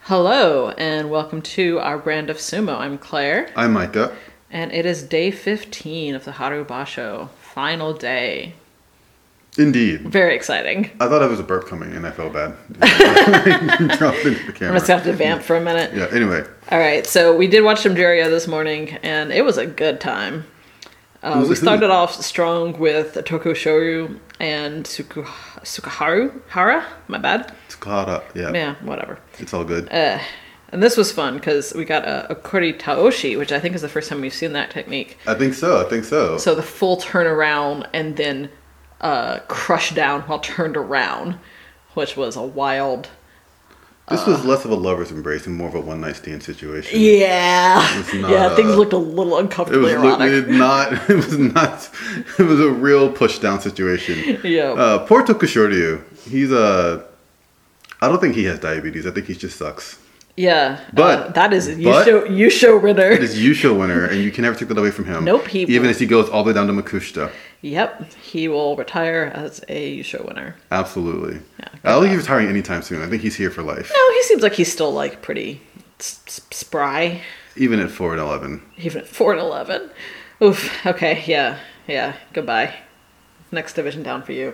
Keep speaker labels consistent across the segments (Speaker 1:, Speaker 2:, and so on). Speaker 1: Hello, and welcome to our brand of sumo. I'm Claire,
Speaker 2: I'm Micah.
Speaker 1: and it is day 15 of the Harubasho. Final day.
Speaker 2: Indeed.
Speaker 1: Very exciting.
Speaker 2: I thought I was a burp coming and I felt bad. Dropped into the
Speaker 1: I'm
Speaker 2: camera.
Speaker 1: just gonna have to vamp for a minute.
Speaker 2: Yeah, anyway.
Speaker 1: All right, so we did watch some Jirio this morning, and it was a good time.
Speaker 2: It
Speaker 1: Uh,
Speaker 2: was
Speaker 1: we
Speaker 2: a hoot.
Speaker 1: started off strong with Tokushoru and Suku- Sukaharu. Hara? My bad.
Speaker 2: It's caught up. Yeah.
Speaker 1: Yeah, whatever.
Speaker 2: It's all good.
Speaker 1: Uh, and this was fun because we got a, a kuri taoshi, which I think is the first time we've seen that technique.
Speaker 2: I think so. I think so.
Speaker 1: So the full turnaround and then uh, crush down while turned around, which was a wild.
Speaker 2: this was less of a lover's embrace and more of a one night stand situation.
Speaker 1: uh, Yeah.
Speaker 2: It's not
Speaker 1: yeah, things
Speaker 2: a-
Speaker 1: looked a little
Speaker 2: It
Speaker 1: uncomfortably
Speaker 2: was
Speaker 1: erotic.
Speaker 2: it not. It was not. It was a real push down situation.
Speaker 1: Yeah.
Speaker 2: Uh, poor Tokushoryu. He's a. I don't think he has diabetes. I think he just sucks.
Speaker 1: yeah.
Speaker 2: But-
Speaker 1: uh, that is
Speaker 2: but-
Speaker 1: Yusho, Yusho
Speaker 2: It
Speaker 1: Ritter.
Speaker 2: is Yusho winner, and you can never take that away from him.
Speaker 1: Nope, he
Speaker 2: Even
Speaker 1: won't.
Speaker 2: as he goes all the way down to Makushita.
Speaker 1: Yep. He will retire as a Yusho winner.
Speaker 2: Absolutely.
Speaker 1: Yeah,
Speaker 2: I don't think he's retiring anytime soon. I think he's here for life,
Speaker 1: No, he seems like he's still like pretty s- s- spry.
Speaker 2: even at four and eleven.
Speaker 1: even at four and eleven. Oof. Okay. Yeah. Yeah. Goodbye. Next division down for you.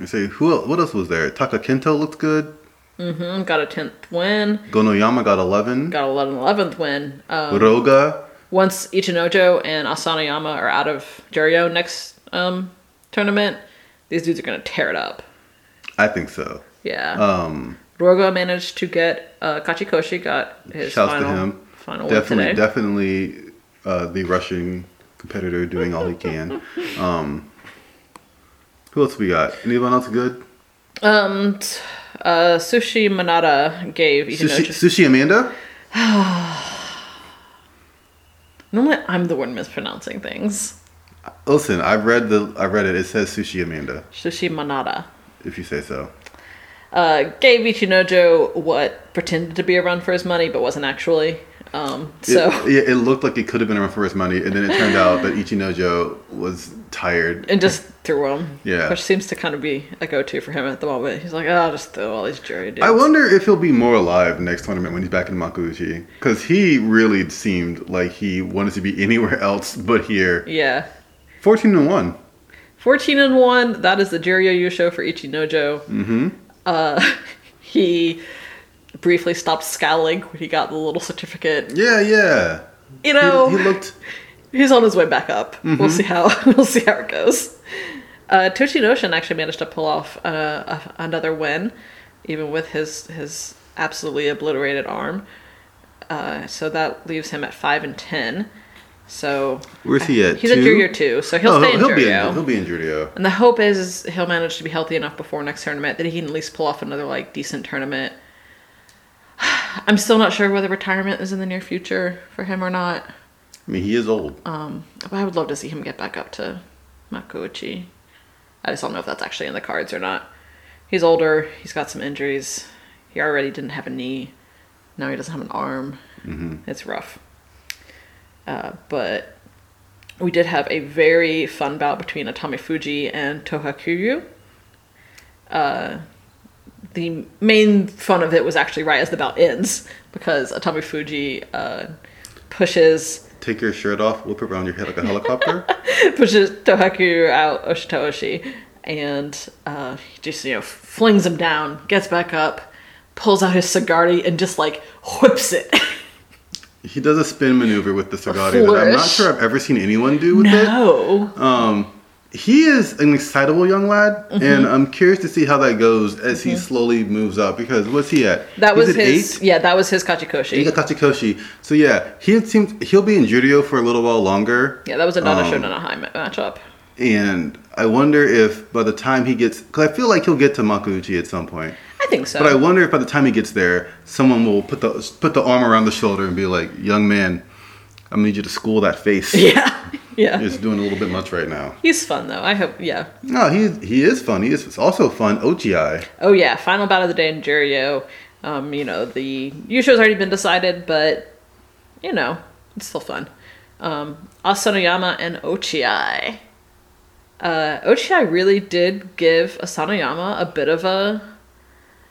Speaker 2: I say, who? el- What else was there? Taka Kento looked good.
Speaker 1: Mm, got a tenth win.
Speaker 2: Gonoyama got eleven.
Speaker 1: Got an eleventh win. Um,
Speaker 2: Roga.
Speaker 1: once Ichinojo and Asanayama are out of Juryo next um, tournament, these dudes are gonna tear it up.
Speaker 2: I think so.
Speaker 1: Yeah.
Speaker 2: Um,
Speaker 1: Rogo managed to get uh, Kachikoshi got his
Speaker 2: Shouts to
Speaker 1: final
Speaker 2: him.
Speaker 1: final
Speaker 2: definitely,
Speaker 1: win today.
Speaker 2: definitely, uh, the Russian competitor doing all he can. um, who else we got? Anyone else good?
Speaker 1: um. t- uh, Sushi Manada gave
Speaker 2: Sushi,
Speaker 1: Ichinojo.
Speaker 2: Sushi Amanda.
Speaker 1: Normally, I'm the one mispronouncing things.
Speaker 2: Listen, I read the. I read it. It says Sushi Amanda.
Speaker 1: Sushi Manada.
Speaker 2: If you say so.
Speaker 1: uh, gave Ichinojo what pretended to be a run for his money, but wasn't actually. Um, so
Speaker 2: It, yeah, it looked like it could have been a run for his money, and then it turned out that Ichinojo was tired.
Speaker 1: and just threw him.
Speaker 2: Yeah.
Speaker 1: which seems to kind of be a go-to for him at the moment. He's like, oh, I'll just throw all these jury dudes.
Speaker 2: I wonder if he'll be more alive next tournament when he's back in Makuuchi, because he really seemed like he wanted to be anywhere else but here.
Speaker 1: yeah,
Speaker 2: Fourteen and one.
Speaker 1: fourteen and one. That is the Jiryo Yusho for Ichinojo. Mm-hmm. Uh, he briefly stopped scowling when he got the little certificate.
Speaker 2: Yeah, yeah.
Speaker 1: You
Speaker 2: He-
Speaker 1: know,
Speaker 2: He, looked.
Speaker 1: he's on his way back up. We'll see how we'll see how it goes. Uh, Toshi Noshin actually managed to pull off uh, a, another win, even with his his absolutely obliterated arm. Uh, so that leaves him at five and ten. So
Speaker 2: Where's he at?
Speaker 1: he's at Juryo two, so he'll
Speaker 2: Oh,
Speaker 1: stay in
Speaker 2: he'll, be in,
Speaker 1: Juryo.
Speaker 2: he'll be in Juryo.
Speaker 1: And the hope is, is he'll manage to be healthy enough before next tournament that he can at least pull off another like decent tournament. I'm still not sure whether retirement is in the near future for him or not.
Speaker 2: I mean, he is old.
Speaker 1: Um, but I would love to see him get back up to Makuuchi. I just don't know if that's actually in the cards or not. He's older. He's got some injuries. He already didn't have a knee. Now he doesn't have an arm. It's rough. Uh, but we did have a very fun bout between Atami Fuji and Toha Kuryu. Uh, the main fun of it was actually right as the bout ends because Atami Fuji uh, pushes
Speaker 2: Take your shirt off, whip it around your head like a helicopter.
Speaker 1: pushes Tohaku out Oshitoshi and uh, he just you know flings him down, gets back up, pulls out his Sagardi and just like whips it.
Speaker 2: he does a spin maneuver with the Sagati that I'm not
Speaker 1: flourish.
Speaker 2: sure I've ever seen anyone do with it.
Speaker 1: no,
Speaker 2: Um, he is an excitable young lad,
Speaker 1: Mm-hmm.
Speaker 2: and I'm curious to see how that goes as he slowly moves up. Because what's he at?
Speaker 1: that
Speaker 2: He's
Speaker 1: was
Speaker 2: at
Speaker 1: his.
Speaker 2: Eight?
Speaker 1: Yeah, that was his
Speaker 2: He
Speaker 1: Kachikoshi.
Speaker 2: got Tachikoshi. So yeah, he had seemed he'll be in judo for a little while longer.
Speaker 1: Yeah, that was a Donna
Speaker 2: Um,
Speaker 1: Shonen a high ma- matchup.
Speaker 2: And I wonder if by the time he gets, because I feel like he'll get to Makuuchi at some point.
Speaker 1: I think so.
Speaker 2: But I wonder if by the time he gets there, someone will put the put the arm around the shoulder and be like, "Young man, I'm gonna need you to school that face.
Speaker 1: yeah, yeah.
Speaker 2: It's doing a little bit much right now."
Speaker 1: He's fun though. I hope. Yeah.
Speaker 2: No, he he is fun. He is it's also fun. Ochi.
Speaker 1: Oh yeah. Final bout of the day in Juryo. Um, you know the Yusho's already been decided, but you know it's still fun. Um, Asanoyama and Ochiai. uh, Ochiai really did give Asanoyama a bit of a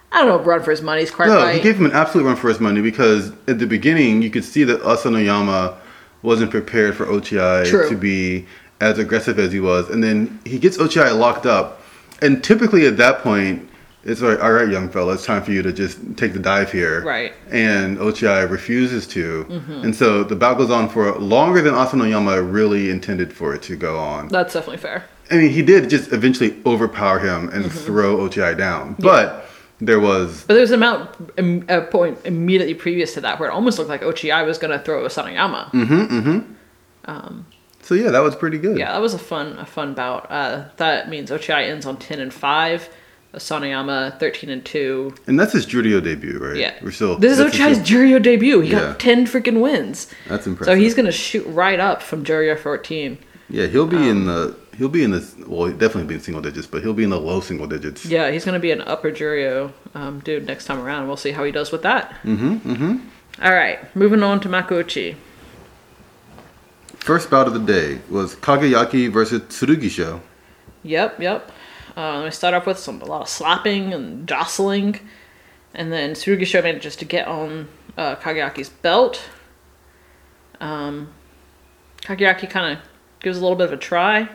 Speaker 1: I don't know, run for his money. He's quite
Speaker 2: No,
Speaker 1: right.
Speaker 2: he gave him an absolute run for his money because at the beginning you could see that Asanoyama wasn't prepared for Ochi
Speaker 1: True.
Speaker 2: to be as aggressive as he was, and then he gets Ochi locked up, and typically at that point it's like, all right, young fella, it's time for you to just take the dive here,
Speaker 1: Right. Mm-hmm.
Speaker 2: And Ochi refuses to, and so the bout goes on for longer than Asanoyama really intended for it to go on.
Speaker 1: That's definitely fair.
Speaker 2: I mean, he did just eventually overpower him and
Speaker 1: Mm-hmm.
Speaker 2: throw Ochi down, but there was
Speaker 1: But there's an amount im- a point immediately previous to that where it almost looked like Ochi was going to throw Sanayama.
Speaker 2: so yeah, that was pretty good.
Speaker 1: Yeah, that was a fun a fun bout. Uh, that means Ochi ends on ten and five, Sanayama thirteen and two.
Speaker 2: And that's his Judio debut, right?
Speaker 1: Yeah,
Speaker 2: We're still.
Speaker 1: this is
Speaker 2: that's his-
Speaker 1: Ochi's Juryo debut. He
Speaker 2: Yeah.
Speaker 1: got ten freaking wins.
Speaker 2: That's impressive.
Speaker 1: So he's going to shoot right up from Juryo fourteen.
Speaker 2: Yeah, he'll be
Speaker 1: Um,
Speaker 2: in the. He'll be in the. Well, he'll definitely be in single digits, but he'll be in the low single digits.
Speaker 1: Yeah, he's going to be an upper Juryo um, dude next time around. We'll see how he does with that. Mm-hmm. Mm-hmm. All right, moving on to Makuuchi.
Speaker 2: First bout of the day was Kagayaki versus Tsurugi Show.
Speaker 1: Yep, yep. Uh, we start off with some a lot of slapping and jostling, and then Tsurugisho manages to get on uh, Kagayaki's belt. Um, Kagayaki kind of gives a little bit of a try.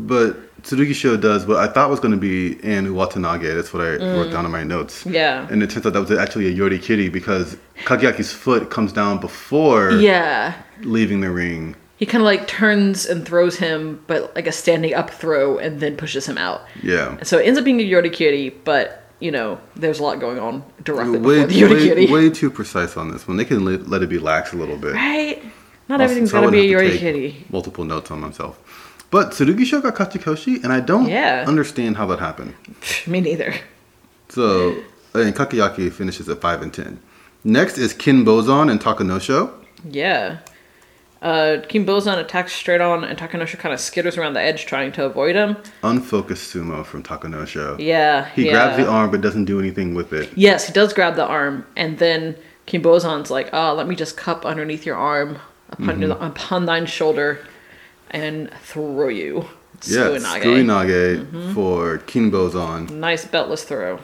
Speaker 2: But Tsurugi Show does what I thought was going to be Anu Watanabe. That's what I wrote down in my notes.
Speaker 1: Mm. Yeah.
Speaker 2: And it turns out that was actually a Yori Kitty because Kagayaki's foot comes down before
Speaker 1: Yeah,
Speaker 2: leaving the ring.
Speaker 1: he kind of like turns and throws him, but like a standing up throw, and then pushes him out.
Speaker 2: Yeah.
Speaker 1: So it ends up being a Yorikiri, but you know, there's a lot going on directly
Speaker 2: Way,
Speaker 1: before the Yorikiri.
Speaker 2: way, way too precise on this one. They can let, let it be lax a little bit.
Speaker 1: Right? Not
Speaker 2: Also,
Speaker 1: everything's
Speaker 2: so I
Speaker 1: gotta be a
Speaker 2: wouldn't have to
Speaker 1: Yorikiri.
Speaker 2: take Multiple notes on myself. But Tsurugi Show got Kachikoshi, and I don't
Speaker 1: Yeah.
Speaker 2: understand how that happened.
Speaker 1: Me neither.
Speaker 2: So, and Kakayaki finishes at 5 and 10. Next is Kin Bozon and Takanosho.
Speaker 1: Yeah. Uh, King Bozon attacks straight on, and Takanosha kind of skitters around the edge trying to avoid him.
Speaker 2: Unfocused sumo from Takanosho.
Speaker 1: Yeah.
Speaker 2: He
Speaker 1: yeah.
Speaker 2: grabs the arm but doesn't do anything with it.
Speaker 1: Yes, he does grab the arm, and then King Bozon's like, oh, let me just cup underneath your arm, upon,
Speaker 2: Mm-hmm.
Speaker 1: your, upon thine shoulder, and throw you.
Speaker 2: Yeah,
Speaker 1: Suinage.
Speaker 2: Skuinage
Speaker 1: Mm-hmm.
Speaker 2: for Kin Bozon.
Speaker 1: Nice beltless throw.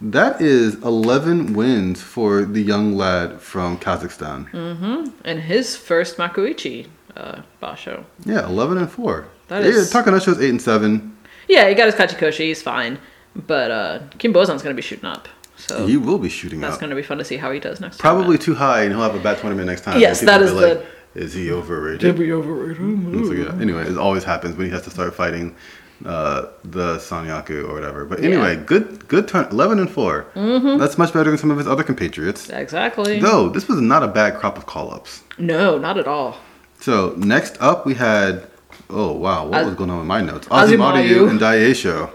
Speaker 2: That is 11 wins for the young lad from Kazakhstan.
Speaker 1: Mm. And his first Makuichi uh, Basho.
Speaker 2: Yeah, 11 and 4.
Speaker 1: That
Speaker 2: yeah,
Speaker 1: is-
Speaker 2: Takanosho's 8 and 7.
Speaker 1: Yeah, he got his Kachikoshi, he's fine. But uh, King Bozon's going to be shooting up. So
Speaker 2: He will be shooting
Speaker 1: that's
Speaker 2: up.
Speaker 1: going to be fun to see how he does next time.
Speaker 2: Probably too high, and he'll have a bad tournament next time.
Speaker 1: Yes,
Speaker 2: And people
Speaker 1: that
Speaker 2: will
Speaker 1: is
Speaker 2: be Is he overrated?
Speaker 1: be overrated.
Speaker 2: It's like, yeah. Anyway, it always happens when he has to start fighting uh, the Sanyaku or whatever. But anyway, good good turn. Eleven and 4
Speaker 1: Mm-hmm.
Speaker 2: That's much better than some of his other compatriots.
Speaker 1: Exactly.
Speaker 2: Though this was not a bad crop of call ups.
Speaker 1: No, not at all.
Speaker 2: So next up we had. Oh wow, what
Speaker 1: Az-
Speaker 2: was going on with my notes?
Speaker 1: Azumaru.
Speaker 2: Azumaru and Daisho.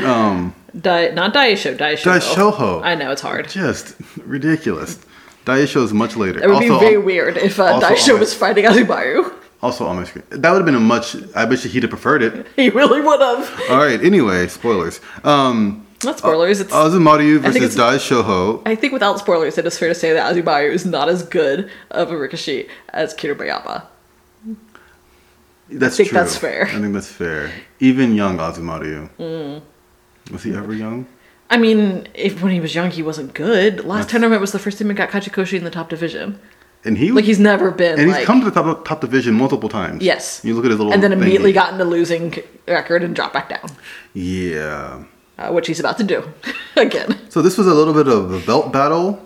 Speaker 1: Di- not Daisho, Daisho.
Speaker 2: Daishoho.
Speaker 1: I know, it's hard.
Speaker 2: Just ridiculous. Daisho is much later.
Speaker 1: It would be
Speaker 2: Also,
Speaker 1: very
Speaker 2: on-
Speaker 1: weird if uh,
Speaker 2: also
Speaker 1: Daisho
Speaker 2: on-
Speaker 1: was fighting Azumaru.
Speaker 2: Also on my screen. That would have been a much. I bet you he'd have preferred it.
Speaker 1: he really would have.
Speaker 2: All right. Anyway, spoilers. Um,
Speaker 1: Not spoilers. It's,
Speaker 2: Azumaru
Speaker 1: I think
Speaker 2: versus Dai Shoho.
Speaker 1: I think without spoilers, it is fair to say that Azumaru is not as good of a Ricochet as Kirabayama.
Speaker 2: That's
Speaker 1: think
Speaker 2: true.
Speaker 1: that's fair. Mm.
Speaker 2: I think that's fair. Even young Azumaru. Was he ever young?
Speaker 1: I mean, if when he was young, he wasn't good. Last tournament was the first time he got Kachikoshi in the top division.
Speaker 2: And he
Speaker 1: Like, he's never been.
Speaker 2: and he's
Speaker 1: like,
Speaker 2: come to the top top division multiple times.
Speaker 1: Yes.
Speaker 2: You look at his little
Speaker 1: and then
Speaker 2: thingy.
Speaker 1: immediately got in a losing record and dropped back down,
Speaker 2: Yeah.
Speaker 1: uh, which he's about to do again.
Speaker 2: So this was a little bit of a belt battle,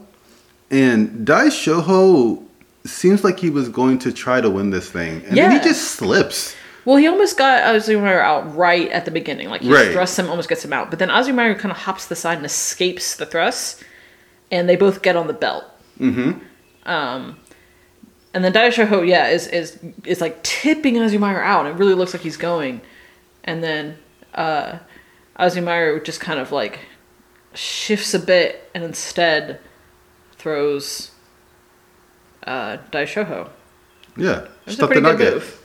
Speaker 2: and Dai Shoho seems like he was going to try to win this thing, and then
Speaker 1: Yeah.
Speaker 2: he just slips.
Speaker 1: Well, he almost got Azumaru out right at the beginning. Like he
Speaker 2: Right.
Speaker 1: thrusts him, almost gets him out. But then Azumaru kind of hops to the side and escapes the thrust, and they both get on the belt. Mm-hmm. Um, and then Daishoho, yeah, is is is like tipping Azumaru out. It really looks like he's going, and then uh, Azumaru just kind of like shifts a bit and instead throws uh, Daishoho.
Speaker 2: Yeah,
Speaker 1: That's
Speaker 2: stuff
Speaker 1: a pretty
Speaker 2: the
Speaker 1: good
Speaker 2: nugget.
Speaker 1: move.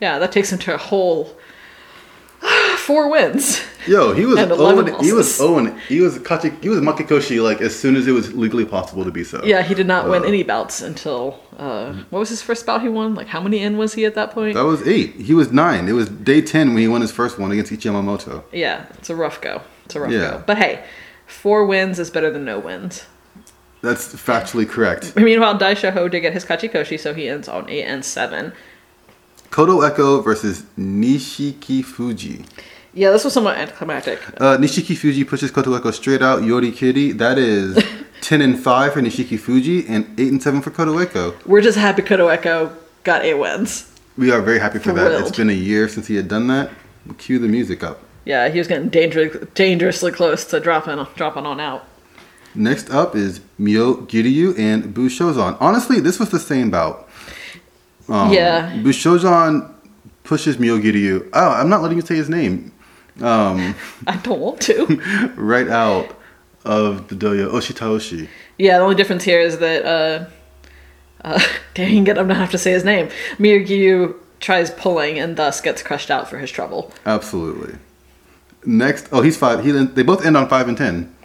Speaker 1: Yeah, that takes him to a whole four wins.
Speaker 2: Yo, he was
Speaker 1: And 11
Speaker 2: Owen. He
Speaker 1: losses.
Speaker 2: was Owen. He was Kachi, He was Makikoshi like as soon as it was legally possible to be so.
Speaker 1: Yeah, he did not win
Speaker 2: Uh,
Speaker 1: any bouts until uh, what was his first bout he won? Like how many in was he at that point?
Speaker 2: That was eight. He was nine. It was day ten when he won his first one against Ichiyamamoto.
Speaker 1: yeah, it's a rough go. It's a rough
Speaker 2: Yeah.
Speaker 1: go. But hey, four wins is better than no wins.
Speaker 2: That's factually correct.
Speaker 1: Meanwhile, Daisha Ho did get his Kachikoshi, so he ends on 8 and 7.
Speaker 2: Kodo Echo versus Nishiki Fuji.
Speaker 1: Yeah, this was somewhat anticlimactic.
Speaker 2: Uh, Nishiki Fuji pushes Koto Echo straight out. Yori Kitty. That is 10 and 5 for Nishiki Fuji and 8 and 7 for Koto Echo.
Speaker 1: We're just happy Koto Echo got 8 wins.
Speaker 2: We are very happy for that.
Speaker 1: Thrilled.
Speaker 2: It's been a year since he had done that. Cue the music up.
Speaker 1: Yeah, he was getting danger- dangerously close to dropping, dropping on out.
Speaker 2: Next up is Mio Giryu and Bushozan. Honestly, this was the same bout. Um,
Speaker 1: Yeah.
Speaker 2: Bushozan pushes Mio Giryu. Oh, I'm not letting you say his name. Um,
Speaker 1: I don't want to.
Speaker 2: right out of the dojo Oshitaoshi.
Speaker 1: yeah, the only difference here is that, uh, uh, dang it, I'm gonna have to say his name. Miyagyu tries pulling and thus gets crushed out for his trouble.
Speaker 2: Absolutely. Next, oh, he's five. He they both end on five and ten,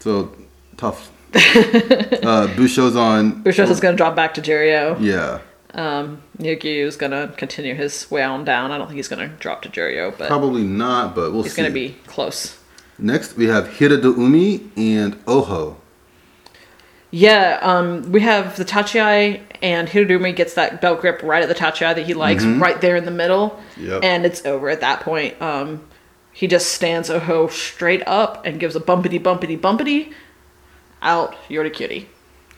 Speaker 2: so tough. uh, Bushozan.
Speaker 1: Busho's is gonna drop back to Jirio.
Speaker 2: Yeah,
Speaker 1: Um, Miyagyu is gonna continue his way on down. I don't think he's gonna drop to Jirio, but
Speaker 2: probably not, but we'll
Speaker 1: he's
Speaker 2: see.
Speaker 1: gonna be close.
Speaker 2: Next, we have Hirado Umi and Oho.
Speaker 1: Yeah, um, we have the Tachi and Hirodumi gets that belt grip right at the Tachi that he likes, right there in the middle.
Speaker 2: Mm-hmm. Yep.
Speaker 1: And it's over at that point. Um, he just stands Oho straight up and gives a bumpity bumpity bumpity out Yorda Cutie.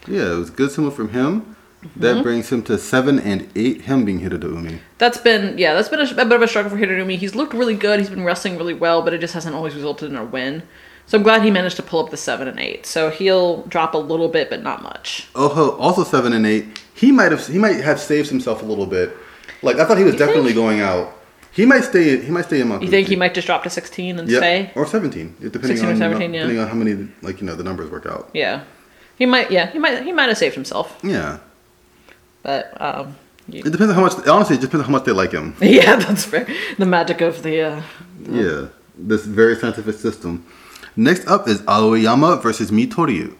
Speaker 2: Yeah, it was a good symbol from him.
Speaker 1: Mm-hmm.
Speaker 2: That brings him to seven and eight. Him being Hirado Umi.
Speaker 1: That's been yeah, that's been a, a bit of a struggle for Hirodumi. He's looked really good. He's been wrestling really well, but it just hasn't always resulted in a win. So I'm glad he managed to pull up the seven and eight. So he'll drop a little bit, but not much.
Speaker 2: Oho also seven and eight. He might have he might have saved himself a little bit. Like I thought he was definitely going out. He might stay. He might stay in Makuuchi.
Speaker 1: You think he might just drop to 16 and
Speaker 2: Yep.
Speaker 1: stay?
Speaker 2: or seventeen, it- depending
Speaker 1: 16 or
Speaker 2: on
Speaker 1: 17, yeah.
Speaker 2: depending on how many like you know the numbers work out.
Speaker 1: Yeah, he might. Yeah, he might. He might have saved himself,
Speaker 2: Yeah,
Speaker 1: but um, you-
Speaker 2: it depends on how much. Honestly, it just depends on how much they like him.
Speaker 1: yeah, that's fair. The magic of the uh,
Speaker 2: Yeah, this very scientific system. Next up is Aoyama versus Mitoryu.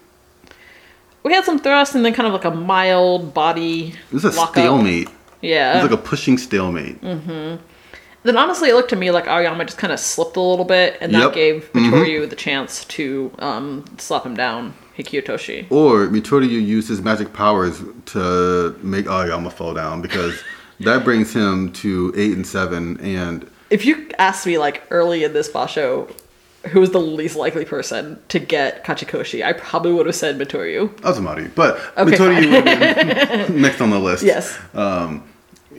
Speaker 1: we had some thrust and then kind of like a mild body.
Speaker 2: This is a
Speaker 1: lockup.
Speaker 2: stalemate.
Speaker 1: Yeah.
Speaker 2: It's like a pushing stalemate.
Speaker 1: then honestly, it looked to me like Aoyama just kind of slipped a little bit, and that
Speaker 2: Yep. Mm-hmm.
Speaker 1: gave Vittorio the chance to um, slap him down, Hikiotoshi.
Speaker 2: Or Mitoryu used his magic powers to make Aoyama fall down because that brings him to eight and seven. And
Speaker 1: If you asked me like early in this basho, who was the least likely person to get Kachikoshi, I probably would have said Vittorio.
Speaker 2: Azumaru, but
Speaker 1: Okay,
Speaker 2: Mitoryu would have been next on the list.
Speaker 1: Yes.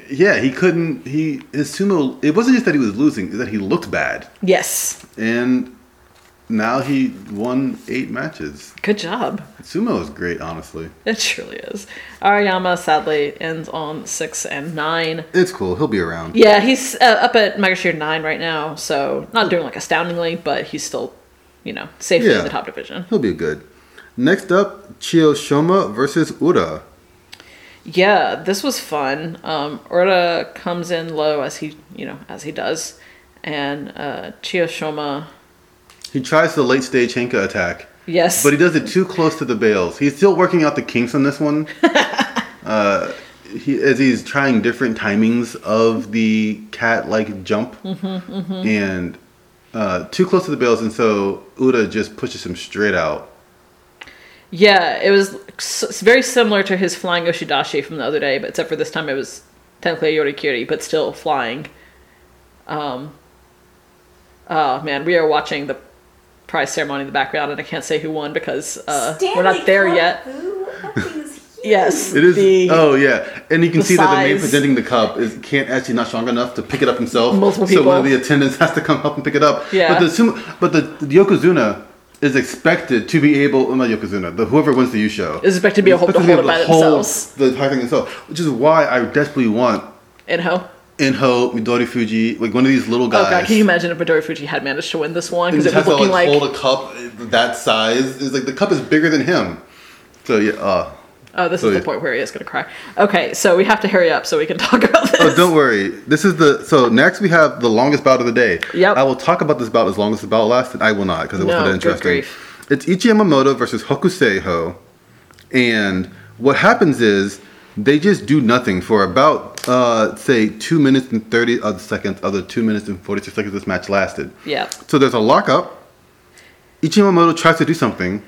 Speaker 2: Yeah, he couldn't. He his sumo. It wasn't just that he was losing; it's that he looked bad,
Speaker 1: Yes.
Speaker 2: and now he won eight matches.
Speaker 1: Good job.
Speaker 2: Sumo is great, honestly.
Speaker 1: It surely is. Arayama sadly ends on six and nine.
Speaker 2: It's cool. He'll be around.
Speaker 1: Yeah, he's uh, up at Mega Shear nine right now, so not doing like astoundingly, but he's still, you know, safely
Speaker 2: Yeah.
Speaker 1: in the top division.
Speaker 2: He'll be good. Next up, Chio Shoma versus Ura.
Speaker 1: Yeah, this was fun. Um, Urda comes in low as he, you know, as he does, and uh, Chiyoshima.
Speaker 2: He tries the late stage Henka attack,
Speaker 1: Yes,
Speaker 2: but he does it too close to the bales. He's still working out the kinks on this one. uh, he, as he's trying different timings of the cat like jump, and uh, too close to the bales, and so Uda just pushes him straight out.
Speaker 1: yeah, it was s- s- very similar to his flying Oshidashi from the other day, but except for this time it was technically a Yorikiri, but still flying. Um, oh man, we are watching the prize ceremony in the background, and I can't say who won because uh, we're not
Speaker 3: Stanley
Speaker 1: there
Speaker 3: Cup,
Speaker 1: yet.
Speaker 3: Boo. That thing is huge.
Speaker 1: Yes,
Speaker 2: It is.
Speaker 1: the
Speaker 2: oh yeah, and you can
Speaker 1: the
Speaker 2: see that the man
Speaker 1: size.
Speaker 2: presenting the cup is can't actually not strong enough to pick it up himself.
Speaker 1: Multiple
Speaker 2: so one of
Speaker 1: people.
Speaker 2: the attendants has to come up and pick it up.
Speaker 1: Yeah.
Speaker 2: But the sumo, but the, the yokozuna is expected to be able. well, Not yokozuna. The whoever wins the U show
Speaker 1: Is expected to be able to
Speaker 2: expected
Speaker 1: hold it by
Speaker 2: hold
Speaker 1: themselves.
Speaker 2: The entire thing themselves, which is why I desperately want
Speaker 1: Inho.
Speaker 2: Inho Midori Fuji, like one of these little guys.
Speaker 1: Oh god, can you imagine if Midori Fuji had managed to win this one?
Speaker 2: who
Speaker 1: Because it
Speaker 2: just
Speaker 1: was
Speaker 2: has
Speaker 1: looking
Speaker 2: to like,
Speaker 1: like,
Speaker 2: hold a cup that size. Is like the cup is bigger than him. So yeah. Uh,
Speaker 1: oh, this
Speaker 2: so
Speaker 1: is the
Speaker 2: yeah.
Speaker 1: point where he is going to cry. Okay, so we have to hurry up so we can talk about this.
Speaker 2: Oh, don't worry. This is the so next we have the longest bout of the day.
Speaker 1: Yep.
Speaker 2: I will talk about this bout as long as the bout lasted. I will not because it wasn't
Speaker 1: No,
Speaker 2: that
Speaker 1: good
Speaker 2: interesting.
Speaker 1: grief.
Speaker 2: It's Ichi Yamamoto versus Hokuseiho, and what happens is they just do nothing for about uh, say two minutes and thirty other seconds of the two minutes and forty six seconds this match lasted.
Speaker 1: Yeah.
Speaker 2: So there's a lockup. Ichimamoto tries to do something.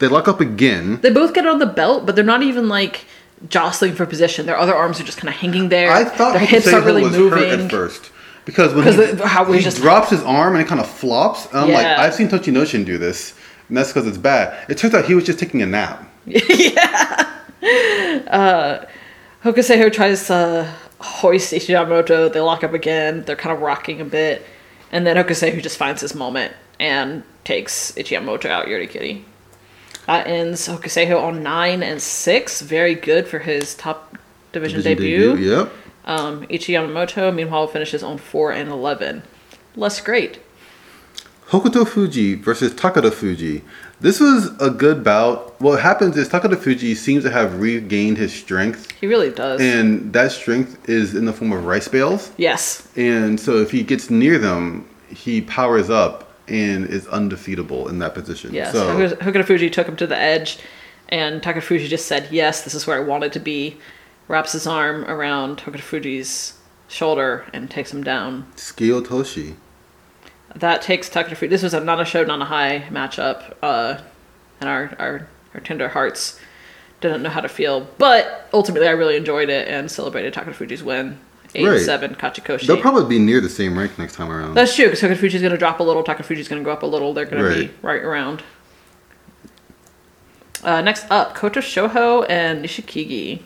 Speaker 2: They lock up again.
Speaker 1: They both get on the belt, but they're not even like jostling for position. Their other arms are just kind of hanging there.
Speaker 2: I thought
Speaker 1: their
Speaker 2: Hokuseiho
Speaker 1: hips aren't really
Speaker 2: was hurt
Speaker 1: moving.
Speaker 2: at first because when
Speaker 1: 'Cause
Speaker 2: he,
Speaker 1: the- how we
Speaker 2: he
Speaker 1: just-
Speaker 2: drops his arm and it kind of flops. And I'm like,
Speaker 1: Yeah.
Speaker 2: I've seen Tochinoshin do this, and that's because it's bad. It turns out he was just taking a nap.
Speaker 1: Hokuseiho tries to hoist Ishiyamoto. They lock up again. They're kind of rocking a bit, and then Hokuseiho just finds his moment and takes Ichiyamoto out Yurikiri. That ends Hokuseiho on nine and six. Very good for his top division, debut.
Speaker 2: Yep.
Speaker 1: Um, Ichi Yamamoto, meanwhile, finishes on 4 and 11. Less great.
Speaker 2: Hokuto Fuji versus Takada Fuji. This was a good bout. What happens is Takada Fuji seems to have regained his strength,
Speaker 1: He really does.
Speaker 2: and that strength is in the form of rice bales.
Speaker 1: yes.
Speaker 2: And so if he gets near them, he powers up and is undefeatable in that position.
Speaker 1: Yes.
Speaker 2: So
Speaker 1: So. Hokuto Fuji took him to the edge, and Takafuji just said, Yes, this is where I wanted to be. Wraps his arm around Hokuto Fuji's shoulder and takes him down.
Speaker 2: Skio Toshi.
Speaker 1: That takes Tucker Fruit. This was a not a show, not a high matchup, uh, and our, our our tender hearts didn't know how to feel. But ultimately, I really enjoyed it and celebrated Tucker Fuji's win, eight
Speaker 2: Right.
Speaker 1: seven Kachikoshi.
Speaker 2: They'll probably be near the same rank next time around.
Speaker 1: That's true because Tucker Fuji's going to drop a little. Tucker Fuji's going to go up a little. They're going to be
Speaker 2: Right.
Speaker 1: right around. Uh, next up, Koto Shoho and Nishikigi.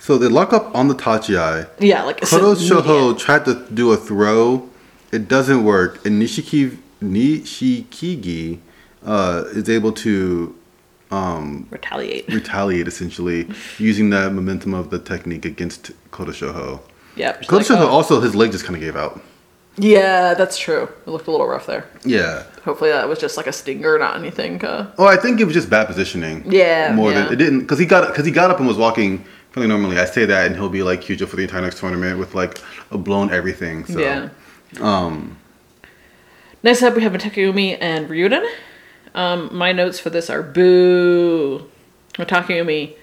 Speaker 2: so they lock up on the Tachi.
Speaker 1: Yeah, like it's
Speaker 2: Koto
Speaker 1: immediate.
Speaker 2: Shoho tried to do a throw. It doesn't work. And Nishiki, Nishikigi uh, is able to
Speaker 1: retaliate.
Speaker 2: retaliate essentially using the momentum of the technique against Koto Shoho.
Speaker 1: Yep. she's
Speaker 2: Koto
Speaker 1: like,
Speaker 2: Shoho
Speaker 1: oh.
Speaker 2: also, his leg just kind of gave out.
Speaker 1: Yeah, that's true. It looked a little rough there.
Speaker 2: Yeah.
Speaker 1: Hopefully, that was just like a stinger, not anything. Uh,
Speaker 2: Oh, I think it was just bad positioning.
Speaker 1: Yeah,
Speaker 2: More
Speaker 1: yeah.
Speaker 2: than it didn't because he got because he got up and was walking fairly normally. I say that and he'll be like huge for the entire next tournament with like a blown everything. So
Speaker 1: Yeah. Um. Next up, we have Takayumi and Ryuden. Um, my notes for this are boo. Takayumi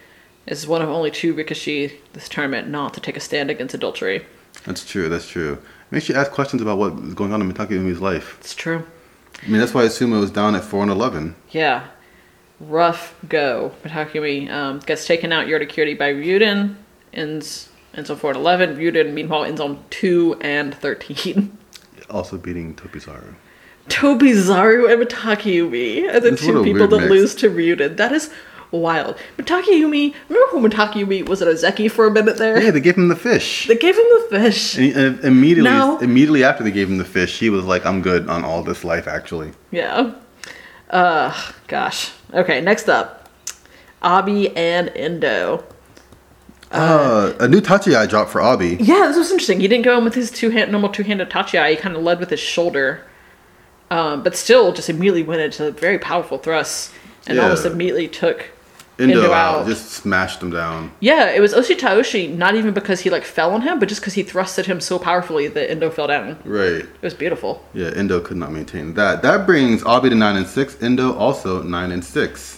Speaker 1: is one of only two Rikishi this tournament not to take a stand against adultery.
Speaker 2: that's true. That's true. Make sure you ask questions about what is going on in Mitake Umi's life.
Speaker 1: It's true.
Speaker 2: I mean, that's why Asuma was down at four and eleven.
Speaker 1: Yeah. Rough go. Takayumi um, gets taken out Yurikiri by Ryuden. Ends ends on four and eleven. Ryuden meanwhile ends on two and thirteen.
Speaker 2: Also beating Topizaru.
Speaker 1: Toby Zaru and Matakiyumi are the
Speaker 2: That's what
Speaker 1: two
Speaker 2: a
Speaker 1: people
Speaker 2: weird
Speaker 1: that
Speaker 2: mix.
Speaker 1: lose to Ryuden. That is wild. Matakiyumi, remember when Matakiyumi was at Ozeki for a minute there?
Speaker 2: Yeah, they gave him the fish.
Speaker 1: They gave him the fish.
Speaker 2: And he- and immediately,
Speaker 1: No.
Speaker 2: immediately after they gave him the fish, he was like, "I'm good on all this life, actually."
Speaker 1: Yeah. Uh, gosh. Okay, next up. Abi and Endo.
Speaker 2: Uh, a new Tachi dropped for Abi.
Speaker 1: Yeah, this was interesting. He didn't go in with his two hand normal two handed Tachi. He kind of led with his shoulder, um, but still just immediately went into very powerful thrusts and
Speaker 2: Yeah.
Speaker 1: almost immediately took
Speaker 2: Indo, out, just smashed him down.
Speaker 1: Yeah, it was Oshitaoshi, not even because he like fell on him, but just because he thrusted him so powerfully that Endo fell down. It
Speaker 2: Right.
Speaker 1: was beautiful.
Speaker 2: Yeah, Indo could not maintain that. That brings Abi to nine and six. Indo also nine and six.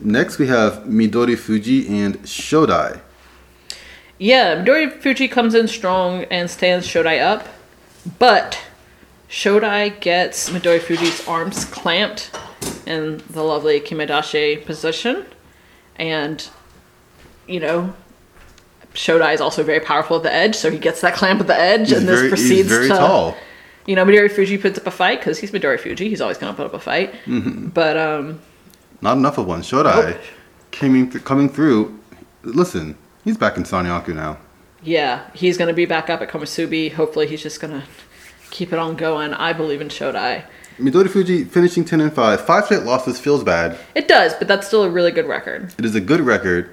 Speaker 2: Next, we have Midori Fuji and Shodai.
Speaker 1: Yeah, Midori Fuji comes in strong and stands Shodai up, but Shodai gets Midori Fuji's arms clamped in the lovely Kimedashe position, and you know. Shodai is also very powerful at the edge, so he gets that clamp at the edge,
Speaker 2: He's
Speaker 1: and this
Speaker 2: very, he's
Speaker 1: proceeds
Speaker 2: very
Speaker 1: to
Speaker 2: tall.
Speaker 1: you know, Midori Fuji puts up a fight because he's Midori Fuji. He's always going to put up a fight.
Speaker 2: Mm-hmm.
Speaker 1: But um,
Speaker 2: Not enough of one. Shodai
Speaker 1: Nope.
Speaker 2: coming th- coming through. Listen, he's back in Sanyaku now.
Speaker 1: yeah, he's going to be back up at Komasubi. Hopefully, he's just going to keep it on going. I believe in Shodai.
Speaker 2: Midori Fuji finishing ten and five. Five straight losses feels bad.
Speaker 1: It does, but that's still a really good record.
Speaker 2: It is a good record.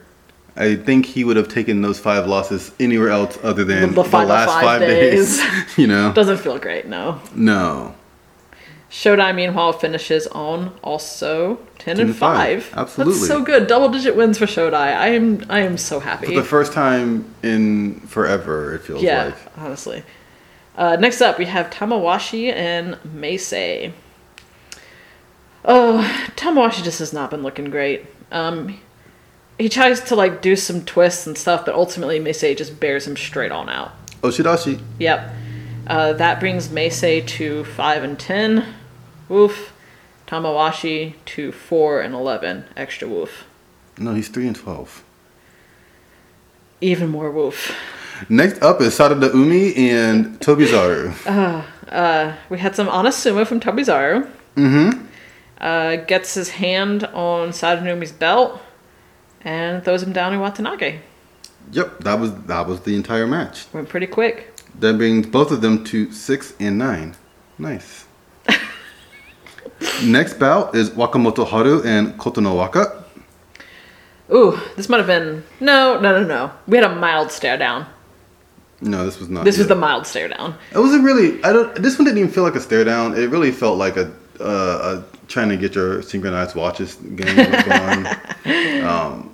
Speaker 2: I think he would have taken those five losses anywhere else other than
Speaker 1: The
Speaker 2: the,
Speaker 1: final
Speaker 2: last
Speaker 1: five
Speaker 2: five, days. you know?
Speaker 1: Doesn't feel great, no.
Speaker 2: No.
Speaker 1: Shodai, meanwhile, finishes on also ten, and
Speaker 2: and five.
Speaker 1: five.
Speaker 2: Absolutely.
Speaker 1: that's so good. Double digit wins for Shodai. I am, I am so happy.
Speaker 2: The first time in forever, it feels
Speaker 1: yeah,
Speaker 2: like.
Speaker 1: honestly. Uh, next up, we have Tamawashi and Meisei. Oh, Tamawashi just has not been looking great. Um, he tries to like do some twists and stuff, but ultimately Meisei just bears him straight on out.
Speaker 2: Oshidashi.
Speaker 1: Yep. Uh, that brings Meisei to five and ten. Woof. Tamawashi to 4 and 11. Extra woof.
Speaker 2: No, he's three and twelve.
Speaker 1: Even more woof.
Speaker 2: Next up is Sarada Umi and Tobizaru.
Speaker 1: Uh, we had some Onasuma from Tobizaru.
Speaker 2: mm-hmm.
Speaker 1: Uh, gets his hand on Sadanomi's belt and throws him down in Watanabe.
Speaker 2: Yep, that was that was the entire match.
Speaker 1: Went pretty quick.
Speaker 2: That brings both of them to six and nine. Nice. Next bout is Wakamoto Haru and Kotono Waka.
Speaker 1: Ooh, this might have been no, no, no, no. We had a mild stare down.
Speaker 2: No, this was not.
Speaker 1: This was
Speaker 2: it.
Speaker 1: the mild stare down.
Speaker 2: It wasn't really. I don't. This one didn't even feel like a stare down. It really felt like a, uh, a trying to get your synchronized watches game going. um,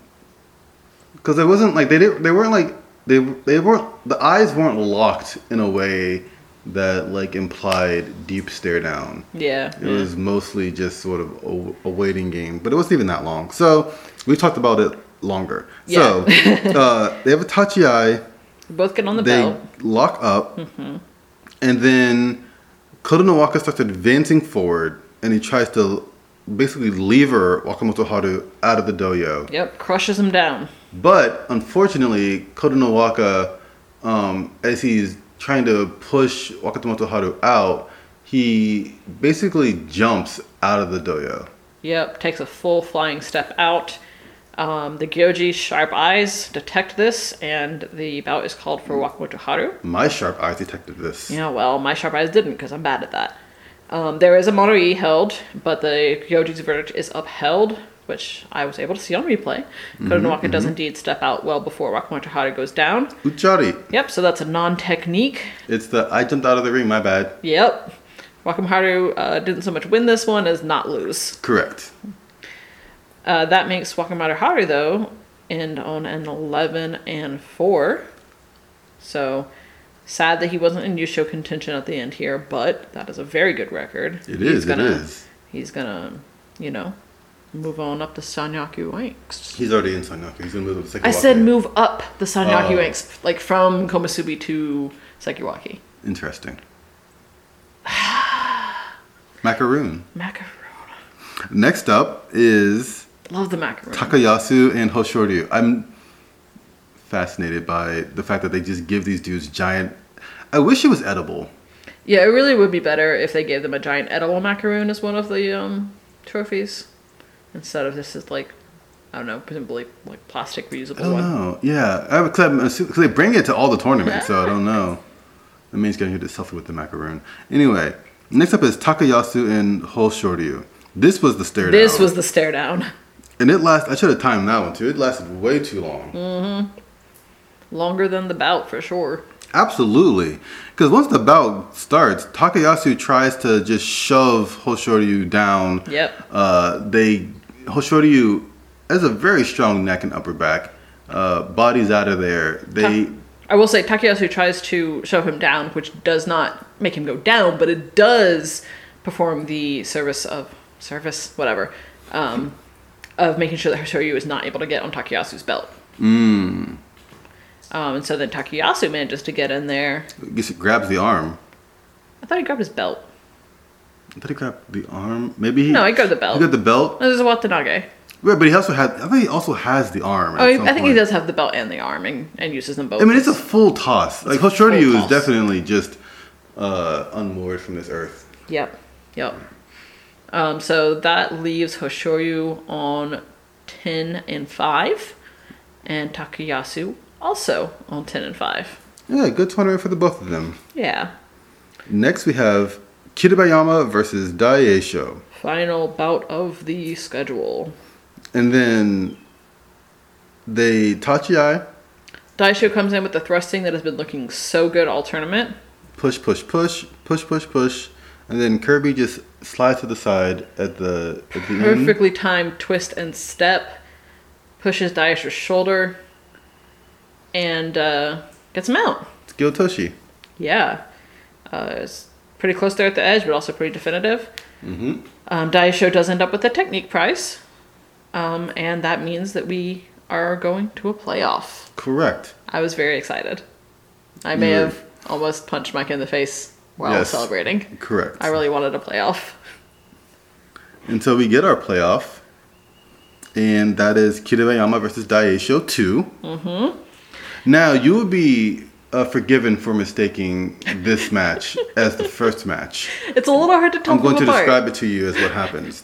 Speaker 2: because it wasn't like they didn't. They weren't like they. They weren't. The eyes weren't locked in a way that like implied deep stare down.
Speaker 1: Yeah.
Speaker 2: It was mostly just sort of a, a waiting game, but it wasn't even that long. So we talked about it longer. So uh, they have a touchy eye
Speaker 1: Both get on the
Speaker 2: they
Speaker 1: belt. Mm-hmm.
Speaker 2: lock up, and then Kodonowaka starts advancing forward, and he tries to basically lever Wakamoto Haru out of the dojo.
Speaker 1: Yep, crushes him down.
Speaker 2: But unfortunately, Kodonowaka, um, as he's trying to push Wakamoto Haru out, he basically jumps out of the dojo.
Speaker 1: Yep, takes a full flying step out. Um, the Gyoji's sharp eyes detect this, and the bout is called for Wakamoto Haru.
Speaker 2: My sharp eyes detected this.
Speaker 1: Yeah, well, my sharp eyes didn't because I'm bad at that. Um, there is a Monterey held, but the Kyoji's verdict is upheld, which I was able to see on replay.
Speaker 2: Mm-hmm,
Speaker 1: Kodonowaka does indeed step out well before Wakamoto Haru goes down.
Speaker 2: Uchari,
Speaker 1: Yep, so that's a non technique.
Speaker 2: it's the I jumped out of the ring, my bad.
Speaker 1: Yep. Wakamoto Haru uh, didn't so much win this one as not lose.
Speaker 2: Correct.
Speaker 1: Uh, that makes Wakamoto Haru, though, end on an 11 and 4. So sad that he wasn't in Yusho contention at the end here, but that is a very good record.
Speaker 2: It
Speaker 1: He's
Speaker 2: is,
Speaker 1: gonna-
Speaker 2: it is.
Speaker 1: He's gonna, you know, move on up the Sanyaku ranks.
Speaker 2: He's already in Sanyaku. He's gonna move to Sekiwake.
Speaker 1: I said move up the Sanyaku
Speaker 2: Oh.
Speaker 1: ranks, like from Komasubi to Sekiwaki.
Speaker 2: Interesting. Macaroon.
Speaker 1: Macaron.
Speaker 2: Next up is
Speaker 1: Love the macaron.
Speaker 2: Takayasu and Hoshoryu. I'm fascinated by the fact that they just give these dudes giant. I wish it was edible.
Speaker 1: yeah, it really would be better if they gave them a giant edible macaroon as one of the um, trophies instead of this is like, I don't know, presumably like plastic reusable
Speaker 2: I don't
Speaker 1: one.
Speaker 2: know. Oh, Yeah, I, cause I'm assu- cause they bring it to all the tournaments, so I don't know. That means gonna hit a selfie with the macaroon. Anyway, next up is Takayasu and Hoshoryu. This was the stare
Speaker 1: This
Speaker 2: down.
Speaker 1: was the stare down.
Speaker 2: and it last. I should have timed that one too. It lasted way too long.
Speaker 1: Mm. Longer than the bout for sure.
Speaker 2: Absolutely. Because once the bout starts, Takayasu tries to just shove Hoshoryu down.
Speaker 1: Yep.
Speaker 2: Uh, they Hoshoryu has a very strong neck and upper back. Uh, bodies out of there. They
Speaker 1: I will say Takayasu tries to shove him down, which does not make him go down, but it does perform the service of service, whatever, um, of making sure that Hoshoryu is not able to get on Takayasu's belt.
Speaker 2: Hmm.
Speaker 1: Mm. Um, and so then Takayasu manages to get in there.
Speaker 2: just grabs the arm.
Speaker 1: I thought he grabbed his belt.
Speaker 2: I thought he grabbed the arm. Maybe he
Speaker 1: No, he grabbed the belt.
Speaker 2: He grabbed the belt.
Speaker 1: No, this is Watanabe.
Speaker 2: Right, but he also had. I think he also has the arm. at
Speaker 1: Oh, he, I
Speaker 2: some
Speaker 1: think he
Speaker 2: point.
Speaker 1: does have the belt and the arm and, and uses them both.
Speaker 2: I mean, it's a full toss. Like Hoshoryu
Speaker 1: full
Speaker 2: is
Speaker 1: toss.
Speaker 2: definitely just uh, unmoored from this earth.
Speaker 1: Yep. Yep. Um, so that leaves Hoshoryu on 10 and 5, and Takayasu also on 10 and 5.
Speaker 2: Yeah, good tournament for the both of them.
Speaker 1: Yeah.
Speaker 2: Next, we have Kitabayama versus Daisho.
Speaker 1: Final bout of the schedule.
Speaker 2: And then they Tachiai,
Speaker 1: Daisho comes in with the thrusting that has been looking so good all tournament.
Speaker 2: push, push, push, push, push, push. And then Kirby just slides to the side at the, at the end.
Speaker 1: Perfectly timed twist and step. Pushes Daisho's shoulder. And uh, gets him out.
Speaker 2: It's Gyotoshi.
Speaker 1: Yeah. Uh, it's pretty close there at the edge, but also pretty definitive. Mm-hmm. Um, Daisho does end up with a technique prize, um, and that means that we are going to a playoff.
Speaker 2: Correct.
Speaker 1: I was very excited. I may
Speaker 2: You were-
Speaker 1: have almost punched Mike in the face while I was
Speaker 2: Yes.
Speaker 1: celebrating.
Speaker 2: Correct.
Speaker 1: I really wanted a playoff.
Speaker 2: And so we get our playoff, and that is Kiribayama versus Daisho 2. Mm-hmm. Now, you would be uh, forgiven for mistaking this match as the first match.
Speaker 1: It's a little hard to tell
Speaker 2: I'm going to
Speaker 1: them apart.
Speaker 2: describe it to you as what happens.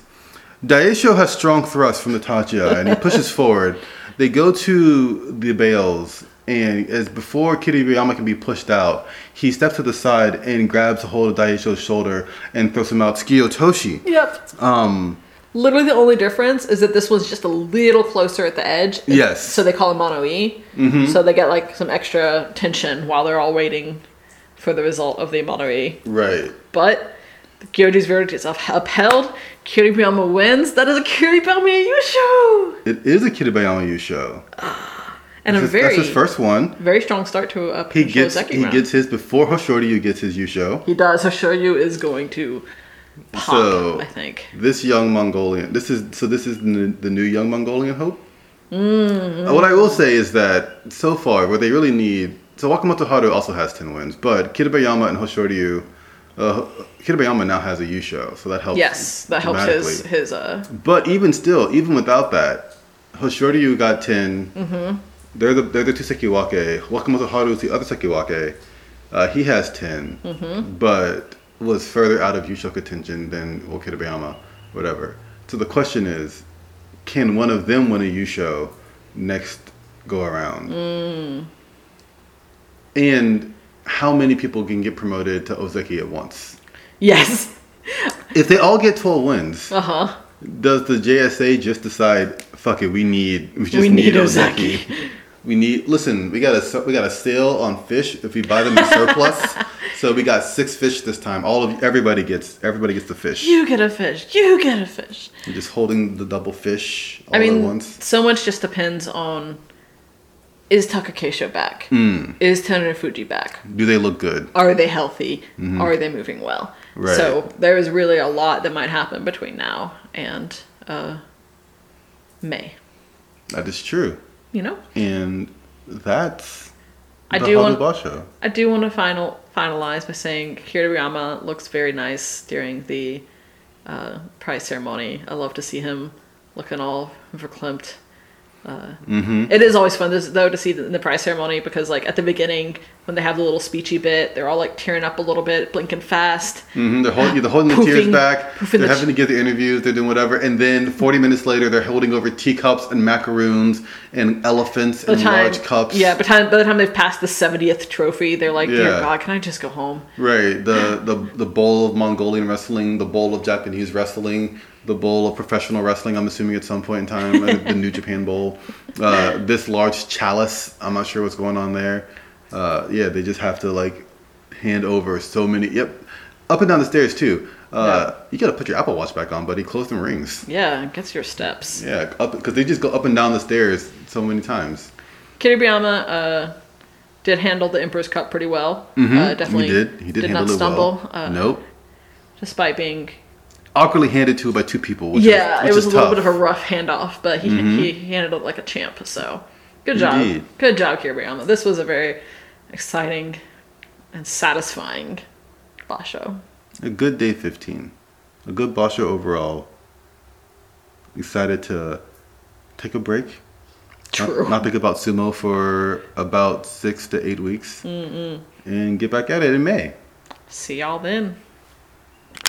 Speaker 2: Daisho has strong thrusts from Natacha and he pushes forward. They go to the bales, and as before Kiribayama can be pushed out, he steps to the side and grabs a hold of Daisho's shoulder and throws him out. Tsukiyotoshi.
Speaker 1: Yep. Um. Literally, the only difference is that this was just a little closer at the edge.
Speaker 2: Yes. Mm-hmm.
Speaker 1: So they call it mono E. So they get like some extra tension while they're all waiting for the result of the mono E.
Speaker 2: Right.
Speaker 1: But Kyoji's verdict is up- upheld. Kiribayama wins. That is a Kiribayama Yushu!
Speaker 2: It is a Kiribayama Yu show.
Speaker 1: And a
Speaker 2: That's his-
Speaker 1: very,
Speaker 2: That's his first one.
Speaker 1: very strong start to a
Speaker 2: He
Speaker 1: potential
Speaker 2: gets
Speaker 1: second
Speaker 2: he
Speaker 1: round.
Speaker 2: gets his before Hoshoryu gets his Yu show.
Speaker 1: he does. Hoshoryu is going to pop,
Speaker 2: So-
Speaker 1: I think.
Speaker 2: This young Mongolian. This is so. This is n- the new young Mongolian hope.
Speaker 1: Mm-hmm.
Speaker 2: Uh, What I will say is that so far, what they really need. So Wakamoto Haru also has ten wins, but Kitabayama and Hoshoryu. Uh, Kitabayama now has a Yu show, so that helps.
Speaker 1: Yes, that helps his,
Speaker 2: dramatically.
Speaker 1: his uh,
Speaker 2: But even still, even without that, Hoshoryu got 10 They're the they're the two sekiwake. Wakamoto Haru is the other sekiwake. Uh, he has 10 but was further out of Yusho contention than Okitabayama, whatever. So the question is, can one of them win a Yusho next go around? And how many people can get promoted to Ozeki at once?
Speaker 1: Yes.
Speaker 2: If they all get twelve wins,
Speaker 1: Uh huh.
Speaker 2: does the JSA just decide, fuck it, we need, we just
Speaker 1: We need
Speaker 2: need,
Speaker 1: Ozaki."
Speaker 2: Ozaki. We need. Listen, we got a su- we got a sale on fish if we buy them in surplus. so we got six fish this time. All of everybody gets everybody gets the fish.
Speaker 1: You get a fish. You get a fish.
Speaker 2: We're just holding the double fish all
Speaker 1: I
Speaker 2: at
Speaker 1: mean,
Speaker 2: once.
Speaker 1: so much just depends on is Takakesho back?
Speaker 2: Hmm.
Speaker 1: Mm. Is Fuji back?
Speaker 2: Do they look good?
Speaker 1: Are they healthy? Are they moving well?
Speaker 2: Mm-hmm. Right.
Speaker 1: So there is really a lot that might happen between now and uh, May.
Speaker 2: That is true.
Speaker 1: You know,
Speaker 2: And that's
Speaker 1: I
Speaker 2: the
Speaker 1: do want-
Speaker 2: Hanubasha.
Speaker 1: I do want to final finalize by saying Kiriyama looks very nice during the uh, prize ceremony. I love to see him looking all verklempt. Uh,
Speaker 2: Mm-hmm.
Speaker 1: It is always fun this- though to see the, the prize ceremony because like at the beginning when they have the little speechy bit, they're all like tearing up a little bit, blinking fast.
Speaker 2: hmm They're, holding, they're holding the
Speaker 1: Poofing-
Speaker 2: tears back.
Speaker 1: poofing the
Speaker 2: They're having to give the interviews. They're doing whatever. And then 40 minutes later, they're holding over teacups and macaroons and elephants
Speaker 1: By
Speaker 2: and large cups.
Speaker 1: yeah. By the time by the time they've passed the seventieth trophy, they're like, dear
Speaker 2: Yeah.
Speaker 1: God, can I just go home?
Speaker 2: Right. The, the, the bowl of Mongolian wrestling, the bowl of Japanese wrestling, the bowl of professional wrestling, I'm assuming at some point in time, uh, the New Japan Bowl. Uh, this large chalice. I'm not sure what's going on there. Uh, yeah, they just have to like hand over so many. Yep. Up and down the stairs, too. Uh, You got to put your Apple Watch back on, buddy. Close them rings.
Speaker 1: Yeah, gets your steps.
Speaker 2: Yeah, up because they just go up and down the stairs so many times.
Speaker 1: Kiribayama uh, did handle the Emperor's Cup pretty well. Uh, definitely
Speaker 2: Mm-hmm. he did. He did, handle
Speaker 1: not
Speaker 2: it
Speaker 1: stumble.
Speaker 2: well.
Speaker 1: Uh,
Speaker 2: nope.
Speaker 1: Despite being,
Speaker 2: Awkwardly handed to by two people. Which
Speaker 1: yeah,
Speaker 2: is, which
Speaker 1: it was
Speaker 2: is
Speaker 1: a little
Speaker 2: tough. Mm-hmm.
Speaker 1: bit of a rough handoff, but he, he handled it like a champ. So good job,
Speaker 2: Indeed.
Speaker 1: good job, Kiribayama. This was a very exciting and satisfying basho.
Speaker 2: a good day. Fifteen, a good Basho overall. Excited to take a break. Not-
Speaker 1: True.
Speaker 2: Not, think about sumo for about six to eight weeks, Mm-mm. and get back at it in May.
Speaker 1: See y'all then.